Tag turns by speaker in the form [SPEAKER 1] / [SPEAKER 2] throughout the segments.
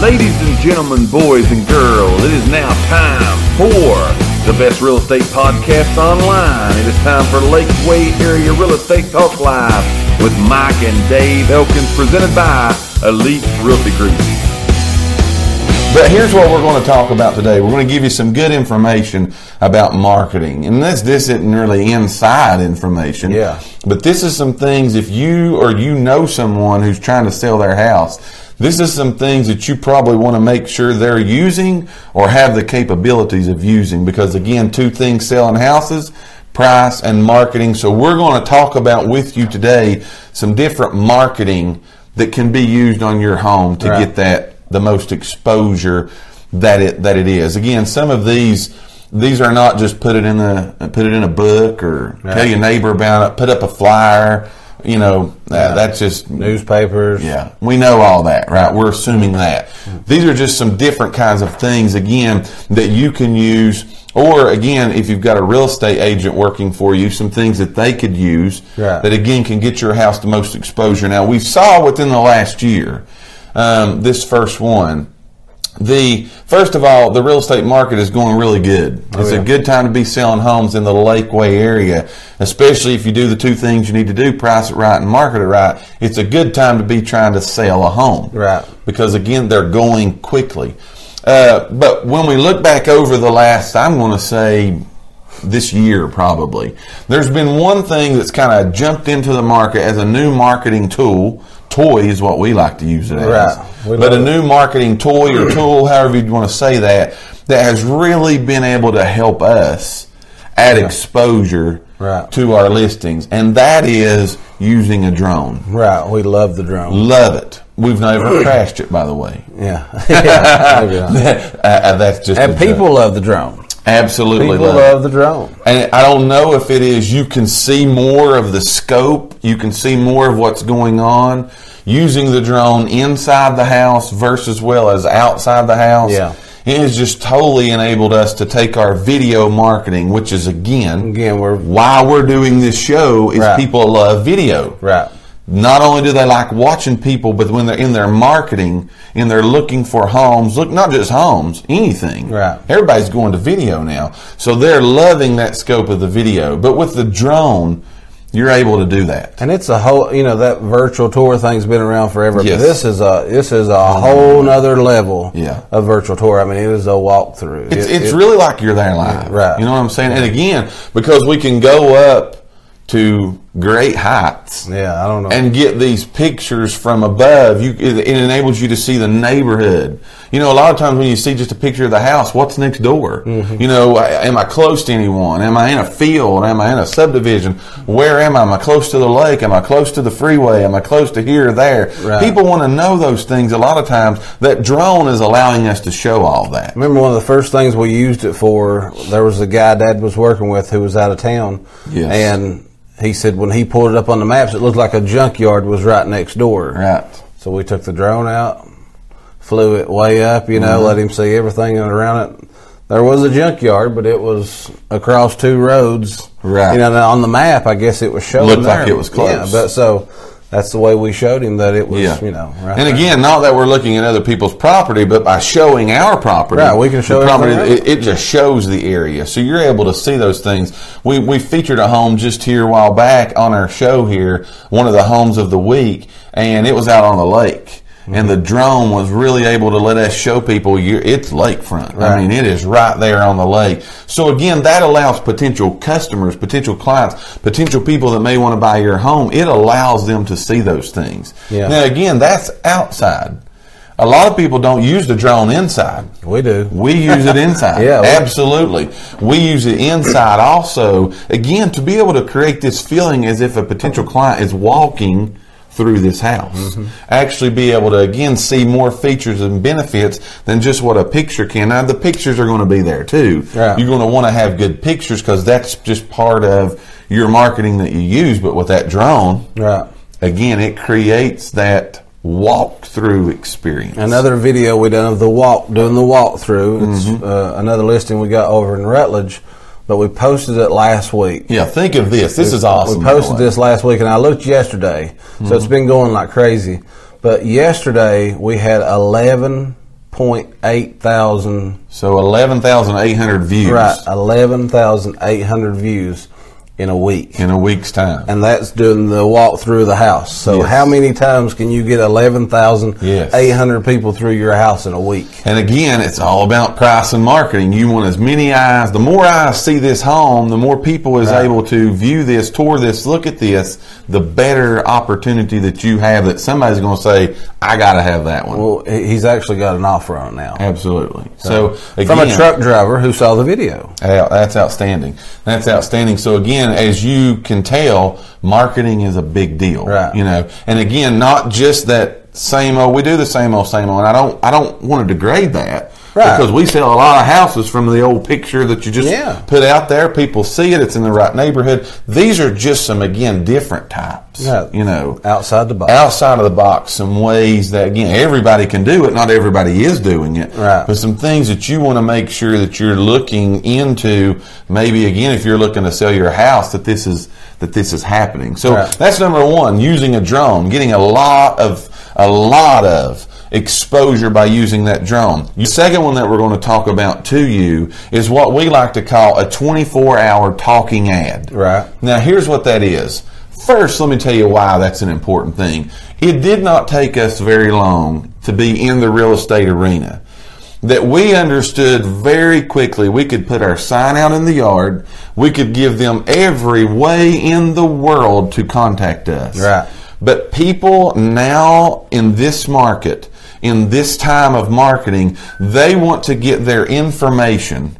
[SPEAKER 1] Ladies and gentlemen, boys and girls, it is now time for the best real estate podcast online. It is time for Lakeway Area Real Estate Talk Live with Mike and Dave Elkins, presented by Elite Realty Group.
[SPEAKER 2] But here's what we're going to talk about today. We're going to give you some good information about marketing. And this this isn't really inside information.
[SPEAKER 1] Yeah.
[SPEAKER 2] But this is some things if you or you know someone who's trying to sell their house, this is some things that you probably want to make sure they're using or have the capabilities of using because again, two things selling houses price and marketing. So we're going to talk about with you today some different marketing that can be used on your home to
[SPEAKER 1] Right.
[SPEAKER 2] get that the most exposure that it that it is. Again, some of these these are not just put it in a put it in a book or tell your neighbor about it, put up a flyer. You know, that, that's just
[SPEAKER 3] newspapers.
[SPEAKER 2] yeah, we know all that, right? We're assuming that. These are just some different kinds of things, again, that you can use. Or, again, if you've got a real estate agent working for you, some things that they could use
[SPEAKER 3] Right.
[SPEAKER 2] that, again, can get your house the most exposure. Now, we saw within the last year, um, this first one. The first of all, the real estate market is going really good.
[SPEAKER 3] Oh,
[SPEAKER 2] It's a good time to be selling homes in the Lakeway area, especially if you do the two things you need to do: price it right and market it right. It's a good time to be trying to sell a home,
[SPEAKER 3] Right.
[SPEAKER 2] Because again, they're going quickly. Uh, but when we look back over the last, I'm going to say this year probably. There's been one thing that's kind of jumped into the market as a new marketing tool. Toy is what we like to use it as.
[SPEAKER 3] Right. We
[SPEAKER 2] But a
[SPEAKER 3] love it.
[SPEAKER 2] new marketing toy or tool, however you want to say that, that has really been able to help us add exposure
[SPEAKER 3] Right.
[SPEAKER 2] to our listings. And that is using a drone.
[SPEAKER 3] Right. We love the drone.
[SPEAKER 2] Love it. We've never crashed it, by the way.
[SPEAKER 3] Yeah. Yeah, maybe not.
[SPEAKER 2] Uh, uh, that's just a
[SPEAKER 3] and
[SPEAKER 2] joke.
[SPEAKER 3] people love the drone.
[SPEAKER 2] absolutely
[SPEAKER 3] People
[SPEAKER 2] love it.
[SPEAKER 3] love the drone.
[SPEAKER 2] And I don't know if it is you can see more of the scope, you can see more of what's going on using the drone inside the house versus well as outside the house.
[SPEAKER 3] Yeah.
[SPEAKER 2] It has just totally enabled us to take our video marketing, which is again,
[SPEAKER 3] Again, we're-
[SPEAKER 2] why we're doing this show is
[SPEAKER 3] Right.
[SPEAKER 2] people love video
[SPEAKER 3] Right.
[SPEAKER 2] not only do they like watching people, but when they're in their marketing and they're looking for homes, look not just homes, anything.
[SPEAKER 3] Right.
[SPEAKER 2] Everybody's going to video now, so they're loving that scope of the video. But with the drone, you're able to do that.
[SPEAKER 3] And it's a whole, you know, that virtual tour thing's been around forever.
[SPEAKER 2] Yes.
[SPEAKER 3] But this is a this is a whole nother level
[SPEAKER 2] Yeah.
[SPEAKER 3] of virtual tour. I mean, it is a walkthrough.
[SPEAKER 2] It's,
[SPEAKER 3] It-
[SPEAKER 2] it's
[SPEAKER 3] it-
[SPEAKER 2] really like you're there live.
[SPEAKER 3] Right.
[SPEAKER 2] You know what I'm saying? And again, because we can go up to great heights.
[SPEAKER 3] Yeah, I don't know.
[SPEAKER 2] and get these pictures from above. You, it, it enables you to see the neighborhood. You know, a lot of times when you see just a picture of the house, what's next door? You know, I- am I close to anyone? Am I in a field? Am I in a subdivision? Where am I? Am I close to the lake? Am I close to the freeway? Am I close to here or there?
[SPEAKER 3] Right.
[SPEAKER 2] People want to know those things a lot of times. That drone is allowing us to show all that.
[SPEAKER 3] Remember one of the first things we used it for, there was a guy Dad was working with who was out of town.
[SPEAKER 2] Yes.
[SPEAKER 3] And he said when he pulled it up on the maps, it looked like a junkyard was right next door.
[SPEAKER 2] Right.
[SPEAKER 3] So we took the drone out, flew it way up, you
[SPEAKER 2] Mm-hmm.
[SPEAKER 3] know, let him see everything around it. There was a junkyard, but it was across two roads.
[SPEAKER 2] Right.
[SPEAKER 3] You know, now on the map, I guess it was showing.
[SPEAKER 2] Looked like
[SPEAKER 3] there.
[SPEAKER 2] it was close.
[SPEAKER 3] Yeah, but so that's the way we showed him that it was, you know. Right
[SPEAKER 2] and
[SPEAKER 3] there.
[SPEAKER 2] again, not that we're looking at other people's property, but by showing our property,
[SPEAKER 3] Right, we can
[SPEAKER 2] the
[SPEAKER 3] show
[SPEAKER 2] property.
[SPEAKER 3] everything
[SPEAKER 2] It, it just shows the area, so you're able to see those things. We we featured a home just here a while back on our show here, one of the homes of the week, and it was out on the lake. And the drone was really able to let us show people you, it's lakefront. I
[SPEAKER 3] Right.
[SPEAKER 2] mean, it is right there on the lake. So again, that allows potential customers, potential clients, potential people that may want to buy your home. It allows them to see those things.
[SPEAKER 3] Yeah.
[SPEAKER 2] Now, again, that's outside. A lot of people don't use the drone inside.
[SPEAKER 3] we do.
[SPEAKER 2] We use it inside.
[SPEAKER 3] Yeah, we-
[SPEAKER 2] absolutely. We use it inside also. Again, to be able to create this feeling as if a potential client is walking through this house.
[SPEAKER 3] Mm-hmm.
[SPEAKER 2] Actually be able to again see more features and benefits than just what a picture can. Now the pictures are going to be there too.
[SPEAKER 3] Yeah.
[SPEAKER 2] You're going to want to have good pictures because that's just part of your marketing that you use. But with that drone,
[SPEAKER 3] Right.
[SPEAKER 2] again, it creates that walkthrough experience.
[SPEAKER 3] Another video we done of the walk, doing the walkthrough. It's
[SPEAKER 2] Mm-hmm.
[SPEAKER 3] uh, another listing we got over in Rutledge, but we posted it last week.
[SPEAKER 2] yeah, think of this. This is awesome. Mm-hmm.
[SPEAKER 3] We
[SPEAKER 2] by the
[SPEAKER 3] posted
[SPEAKER 2] way.
[SPEAKER 3] this last week, and I looked yesterday, so it's been going like crazy. But yesterday we had eleven point eight thousand
[SPEAKER 2] So eleven thousand eight hundred views
[SPEAKER 3] right eleven thousand eight hundred views in a week.
[SPEAKER 2] in a week's time.
[SPEAKER 3] and that's doing the walk through the house. So
[SPEAKER 2] Yes.
[SPEAKER 3] how many times can you get eleven thousand
[SPEAKER 2] Yes.
[SPEAKER 3] eight hundred people through your house in a week?
[SPEAKER 2] And again, it's all about price and marketing. You want as many eyes. The more eyes see this home, the more people is
[SPEAKER 3] Right.
[SPEAKER 2] able to view this, tour this, look at this. The better opportunity that you have, that somebody's going to say, "I got to have that one."
[SPEAKER 3] Well, he- he's actually got an offer on it now
[SPEAKER 2] Absolutely. So again,
[SPEAKER 3] from a truck driver who saw the video.
[SPEAKER 2] Yeah, that's outstanding. That's outstanding. So again, as you can tell, marketing is a big deal.
[SPEAKER 3] Right.
[SPEAKER 2] You know, and again, not just that same old. We do the same old, same old. And I don't, I don't want to degrade that.
[SPEAKER 3] Right.
[SPEAKER 2] Because we sell a lot of houses from the old picture that you just
[SPEAKER 3] Yeah.
[SPEAKER 2] put out there. People see it. It's in the right neighborhood. These are just some again different types.
[SPEAKER 3] Yeah.
[SPEAKER 2] You know,
[SPEAKER 3] Outside the box.
[SPEAKER 2] outside of the box some ways that again everybody can do it not everybody is doing it
[SPEAKER 3] Right.
[SPEAKER 2] but some things that you want to make sure that you're looking into maybe again if you're looking to sell your house that this is that this is happening so
[SPEAKER 3] Right.
[SPEAKER 2] that's number one using a drone getting a lot of a lot of exposure by using that drone the second one that we're going to talk about to you is what we like to call a 24 hour talking ad
[SPEAKER 3] Right.
[SPEAKER 2] now, here's what that is. First, let me tell you why that's an important thing. It did not take us very long to be in the real estate arena. That we understood very quickly, we could put our sign out in the yard. We could give them every way in the world to contact us.
[SPEAKER 3] Right.
[SPEAKER 2] But people now in this market, in this time of marketing, they want to get their information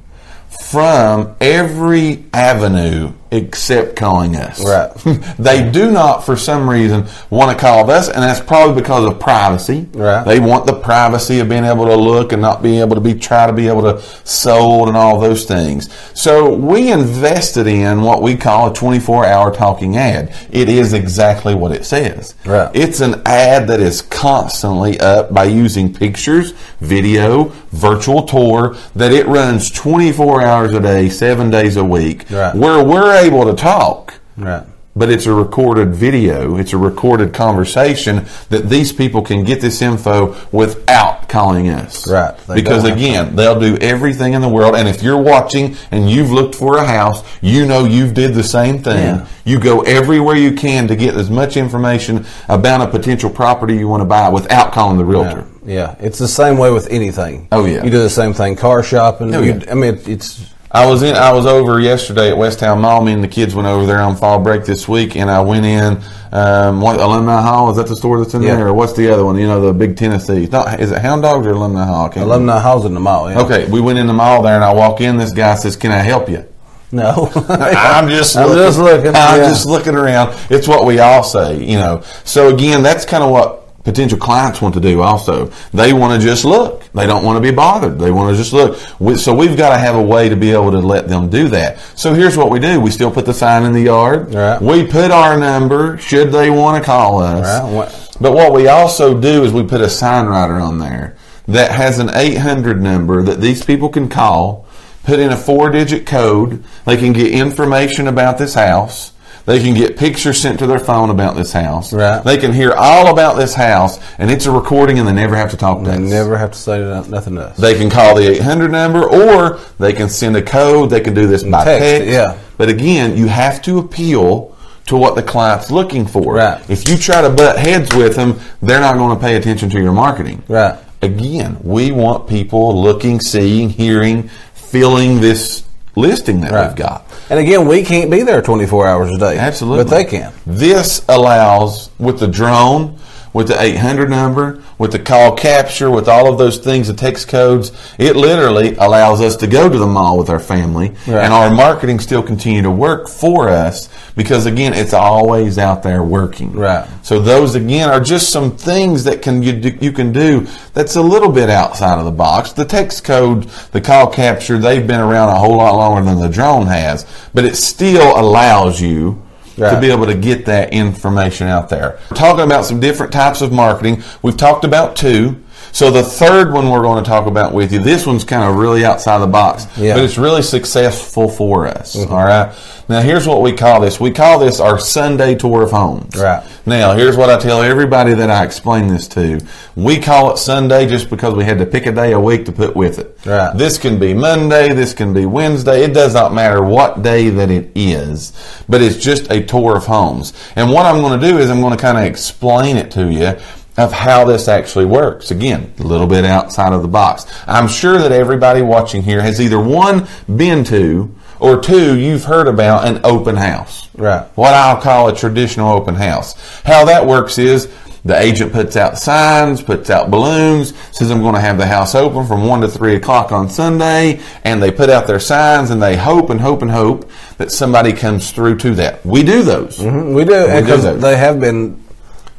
[SPEAKER 2] from every avenue except calling us.
[SPEAKER 3] Right.
[SPEAKER 2] they do not, for some reason, want to call us, and that's probably because of privacy.
[SPEAKER 3] Right.
[SPEAKER 2] They want the privacy of being able to look and not being able to be try to be able to sold and all those things. So we invested in what we call a 24-hour talking ad. It is exactly what it says.
[SPEAKER 3] Right.
[SPEAKER 2] It's an ad that is constantly up by using pictures, video, virtual tour that it runs 24 hours a day, 7 days a week
[SPEAKER 3] Right.
[SPEAKER 2] where we're able to talk
[SPEAKER 3] Right.
[SPEAKER 2] but it's a recorded video, it's a recorded conversation that these people can get this info without calling us.
[SPEAKER 3] Right. They
[SPEAKER 2] because
[SPEAKER 3] don't have
[SPEAKER 2] again, they'll do everything in the world and if you're watching and you've looked for a house, you know you've did the same thing.
[SPEAKER 3] Yeah.
[SPEAKER 2] You go everywhere you can to get as much information about a potential property you want to buy without calling the realtor.
[SPEAKER 3] Yeah, it's the same way with anything.
[SPEAKER 2] Oh, yeah.
[SPEAKER 3] you do the same thing. Car shopping.
[SPEAKER 2] Oh,
[SPEAKER 3] you-
[SPEAKER 2] yeah.
[SPEAKER 3] I mean, it's
[SPEAKER 2] I was in. I was over yesterday at West Town Mall. Me and the kids went over there on fall break this week, and I went in. Um, what alumni hall is that the store that's in
[SPEAKER 3] Yeah.
[SPEAKER 2] there, or what's the other one? You know, the big Tennessee. It's Not is it Hound Dogs or Alumni Hall? I can't remember.
[SPEAKER 3] alumni halls in the mall. Yeah.
[SPEAKER 2] Okay, we went in the mall there, and I walk in. This guy says, "Can I help you?"
[SPEAKER 3] No.
[SPEAKER 2] I'm just
[SPEAKER 3] I'm
[SPEAKER 2] looking.
[SPEAKER 3] just looking,
[SPEAKER 2] I'm
[SPEAKER 3] yeah.
[SPEAKER 2] just looking around. It's what we all say, you know. So again, that's kind of what potential clients want to do also. They want to just look. They don't want to be bothered. They want to just look. We- So we've got to have a way to be able to let them do that. So here's what we do. We still put the sign in the yard.
[SPEAKER 3] Right.
[SPEAKER 2] We put our number should they want to call us.
[SPEAKER 3] Right. What-
[SPEAKER 2] But what we also do is we put a sign writer on there that has an 800 number that these people can call, put in a four digit code. They can get information about this house. They can get pictures sent to their phone about this house.
[SPEAKER 3] Right.
[SPEAKER 2] They can hear all about this house, and it's a recording, and they never have to talk to
[SPEAKER 3] They
[SPEAKER 2] us.
[SPEAKER 3] never have to say no- nothing to us.
[SPEAKER 2] They can call the 800 number or they can send a code. They can do this by
[SPEAKER 3] Text,
[SPEAKER 2] text.
[SPEAKER 3] yeah.
[SPEAKER 2] But again, you have to appeal to what the client's looking for.
[SPEAKER 3] Right.
[SPEAKER 2] If you try to butt heads with them, they're not going to pay attention to your marketing.
[SPEAKER 3] Right.
[SPEAKER 2] Again, we want people looking, seeing, hearing, feeling this listing that
[SPEAKER 3] Right.
[SPEAKER 2] we've got.
[SPEAKER 3] And again, we can't be there 24 hours a day.
[SPEAKER 2] Absolutely.
[SPEAKER 3] But they can.
[SPEAKER 2] This allows, with the drone, with the 800 number, with the call capture, with all of those things, the text codes, it literally allows us to go to the mall with our family
[SPEAKER 3] Right.
[SPEAKER 2] and our marketing still continue to work for us because again, it's always out there working.
[SPEAKER 3] Right.
[SPEAKER 2] So those again are just some things that can you, do, you can do that's a little bit outside of the box. The text code, the call capture, they've been around a whole lot longer than the drone has, but it still allows you to
[SPEAKER 3] Right.
[SPEAKER 2] be able to get that information out there. We're talking about some different types of marketing. We've talked about two. So the third one we're going to talk about with you, this one's kind of really outside the box,
[SPEAKER 3] Yeah. Mm-hmm.
[SPEAKER 2] but it's really successful for us. all right. Now here's what we call this. We call this our Sunday tour of homes.
[SPEAKER 3] Right.
[SPEAKER 2] Now here's what I tell everybody that I explain this to. We call it Sunday just because we had to pick a day a week to put with it.
[SPEAKER 3] Right.
[SPEAKER 2] This can be Monday. This can be Wednesday. It does not matter what day that it is, but it's just a tour of homes. And what I'm going to do is I'm going to kind of explain it to you of how this actually works. Again, a little bit outside of the box. I'm sure that everybody watching here has either one been to or two you've heard about an open house.
[SPEAKER 3] Right.
[SPEAKER 2] What I'll call a traditional open house. How that works is the agent puts out signs, puts out balloons, says I'm going to have the house open from one to three o'clock on Sunday, and they put out their signs and they hope and hope and hope that somebody comes through to that. We do those.
[SPEAKER 3] We do
[SPEAKER 2] We do
[SPEAKER 3] because
[SPEAKER 2] those.
[SPEAKER 3] they have been.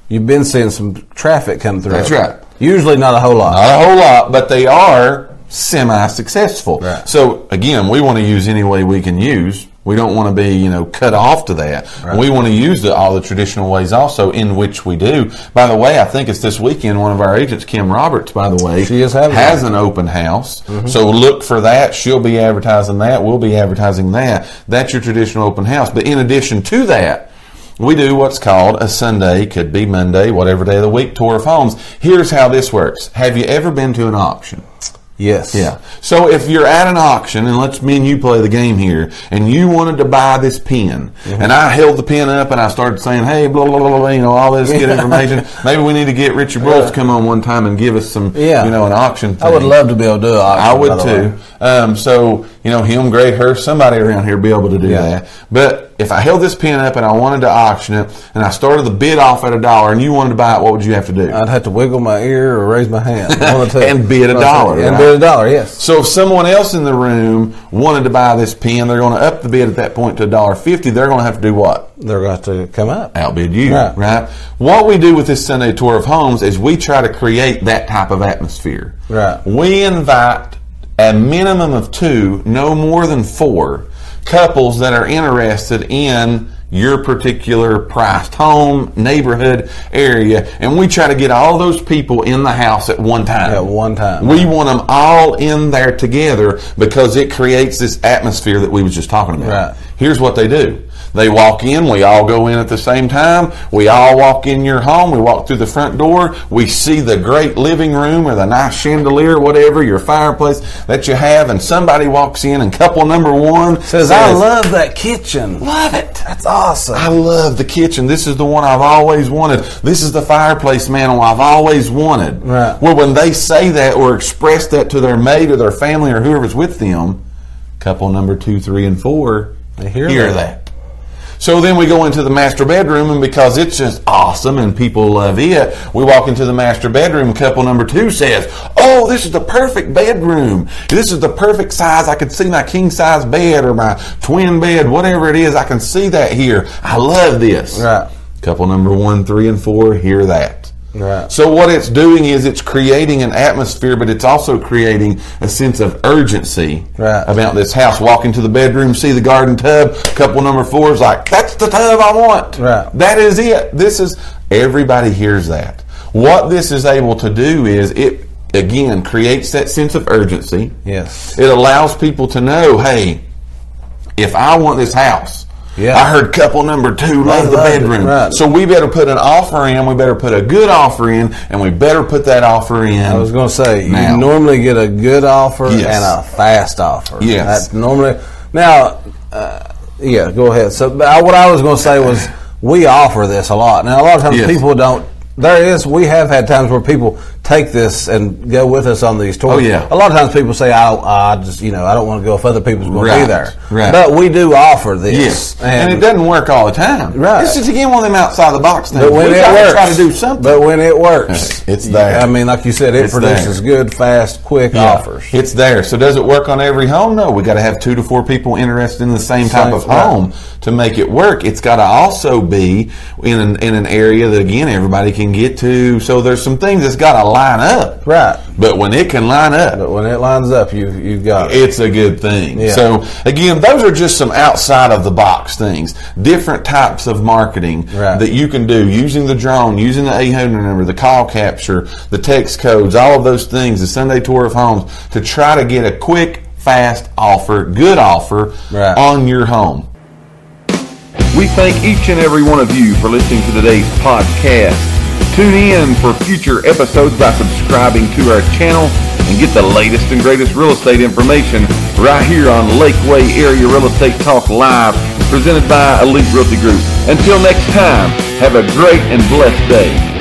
[SPEAKER 3] You've been seeing some traffic come through.
[SPEAKER 2] That's right.
[SPEAKER 3] Usually not a whole lot.
[SPEAKER 2] Not a whole lot, but they are semi-successful.
[SPEAKER 3] Right.
[SPEAKER 2] So again, we want to use any way we can use. We don't want to be, you know, cut off to that. We want to use the, all the traditional ways also in which we do. By the way, I think it's this weekend. One of our agents, Kim Roberts, by the way,
[SPEAKER 3] She is having
[SPEAKER 2] has
[SPEAKER 3] it.
[SPEAKER 2] an open house.
[SPEAKER 3] Mm-hmm.
[SPEAKER 2] So look for that. She'll be advertising that. We'll be advertising that. That's your traditional open house. But in addition to that, we do what's called a Sunday, could be Monday, whatever day of the week, tour of homes. Here's how this works. Have you ever been to an auction?
[SPEAKER 3] Yes.
[SPEAKER 2] Yeah. So if you're at an auction, and let's me and you play the game here, and you wanted to buy this pen,
[SPEAKER 3] Mm-hmm.
[SPEAKER 2] and I held the pen up and I started saying, hey, blah, blah, blah, blah, you know, all this good information. Maybe we need to get Richard Bull to come on one time and give us some,
[SPEAKER 3] Uh, Yeah.
[SPEAKER 2] you know, an auction thing.
[SPEAKER 3] I would love to be able to do an auction.
[SPEAKER 2] I
[SPEAKER 3] by
[SPEAKER 2] would
[SPEAKER 3] the
[SPEAKER 2] too.
[SPEAKER 3] way.
[SPEAKER 2] Um, so you know, him, Greg Hurst, somebody around here be able to do
[SPEAKER 3] Yeah.
[SPEAKER 2] that. But if I held this pen up and I wanted to auction it, and I started the bid off at a dollar, and you wanted to buy it, what would you have to do?
[SPEAKER 3] I'd have to wiggle my ear or raise my hand. One of the two.
[SPEAKER 2] And bid a
[SPEAKER 3] One of the two.
[SPEAKER 2] dollar,
[SPEAKER 3] And
[SPEAKER 2] right?
[SPEAKER 3] bid a dollar, yes.
[SPEAKER 2] so if someone else in the room wanted to buy this pen, they're going to up the bid at that point to a dollar fifty. They're going to have to do what?
[SPEAKER 3] They're going to come up.
[SPEAKER 2] outbid you, right.
[SPEAKER 3] Right.
[SPEAKER 2] What we do with this Sunday tour of homes is we try to create that type of atmosphere.
[SPEAKER 3] Right.
[SPEAKER 2] We invite a minimum of two, no more than four couples that are interested in your particular priced home, neighborhood, area, and we try to get all those people in the house at one time.
[SPEAKER 3] At one time.
[SPEAKER 2] We want them all in there together because it creates this atmosphere that we was just talking about.
[SPEAKER 3] Right.
[SPEAKER 2] Here's what they do. They walk in, we all go in at the same time. We all walk in your home, we walk through the front door, we see the great living room or the nice chandelier, whatever, your fireplace that you have, and somebody walks in and couple number one
[SPEAKER 3] Says, I love that kitchen.
[SPEAKER 2] love it.
[SPEAKER 3] That's awesome.
[SPEAKER 2] I love the kitchen. This is the one I've always wanted. This is the fireplace mantle I've always wanted.
[SPEAKER 3] Right.
[SPEAKER 2] Well, when they say that or express that to their mate or their family or whoever's with them, couple number two, three, and four
[SPEAKER 3] They hear
[SPEAKER 2] that.
[SPEAKER 3] that.
[SPEAKER 2] So then we go into the master bedroom, and because it's just awesome and people love it, we walk into the master bedroom. Couple number two says, Oh, this is the perfect bedroom. This is the perfect size. I can see my king size bed or my twin bed, whatever it is. I can see that here. I love this.
[SPEAKER 3] Right.
[SPEAKER 2] Couple number one, three, and four hear that.
[SPEAKER 3] Right.
[SPEAKER 2] So what it's doing is it's creating an atmosphere, but it's also creating a sense of urgency
[SPEAKER 3] Right.
[SPEAKER 2] about this house. Walk into the bedroom, see the garden tub. Couple number four is like, "That's the tub I want.
[SPEAKER 3] Right.
[SPEAKER 2] That is it. This is everybody hears that. What this is able to do is it again creates that sense of urgency.
[SPEAKER 3] Yes.
[SPEAKER 2] It allows people to know, hey, if I want this house,
[SPEAKER 3] Yeah.
[SPEAKER 2] I heard couple number two love the
[SPEAKER 3] love it,
[SPEAKER 2] bedroom.
[SPEAKER 3] right.
[SPEAKER 2] So we better put an offer in, we better put a good offer in, and we better put that offer in.
[SPEAKER 3] I was going to say
[SPEAKER 2] Now.
[SPEAKER 3] you normally get a good offer
[SPEAKER 2] Yes.
[SPEAKER 3] and a fast offer.
[SPEAKER 2] Yes.
[SPEAKER 3] that's normally. Now, uh, yeah, go ahead. So, but I, what I was going to say was we offer this a lot. Now, a lot of times
[SPEAKER 2] Yes.
[SPEAKER 3] people don't. There is. We have had times where people take this and go with us on these tours.
[SPEAKER 2] Oh, yeah.
[SPEAKER 3] A lot of times people say, "I, I just, you know, I don't want to go if other people's going to
[SPEAKER 2] Right,
[SPEAKER 3] be there."
[SPEAKER 2] right.
[SPEAKER 3] But we do offer this.
[SPEAKER 2] yes. And, it doesn't work all the time.
[SPEAKER 3] Right.
[SPEAKER 2] This is again one of them outside the box things.
[SPEAKER 3] But when
[SPEAKER 2] we
[SPEAKER 3] it
[SPEAKER 2] gotta
[SPEAKER 3] works,
[SPEAKER 2] try to do something.
[SPEAKER 3] But when it works,
[SPEAKER 2] It's there.
[SPEAKER 3] I mean, like you said, it
[SPEAKER 2] It's
[SPEAKER 3] produces good, fast, quick
[SPEAKER 2] Yeah.
[SPEAKER 3] offers.
[SPEAKER 2] It's there. So does it work on every home? No. We got to have two to four people interested in the same type
[SPEAKER 3] Same,
[SPEAKER 2] of
[SPEAKER 3] right.
[SPEAKER 2] home to make it work. It's got to also be in an, in an area that again everybody can get to. So there's some things that's got to line up.
[SPEAKER 3] Right.
[SPEAKER 2] But when it can line up,
[SPEAKER 3] But when it lines up, you you've got it.
[SPEAKER 2] it's a good thing.
[SPEAKER 3] Yeah.
[SPEAKER 2] So again, those are just some outside of the box things, different types of marketing
[SPEAKER 3] Right.
[SPEAKER 2] that you can do using the drone, using the 800 number, the call capture, the text codes, all of those things, the Sunday tour of homes to try to get a quick, fast offer, good offer
[SPEAKER 3] Right.
[SPEAKER 2] on your home.
[SPEAKER 1] We thank each and every one of you for listening to today's podcast. Tune in for future episodes by subscribing to our channel and get the latest and greatest real estate information right here on Lakeway Area Real Estate Talk Live, presented by Elite Realty Group. Until next time, have a great and blessed day.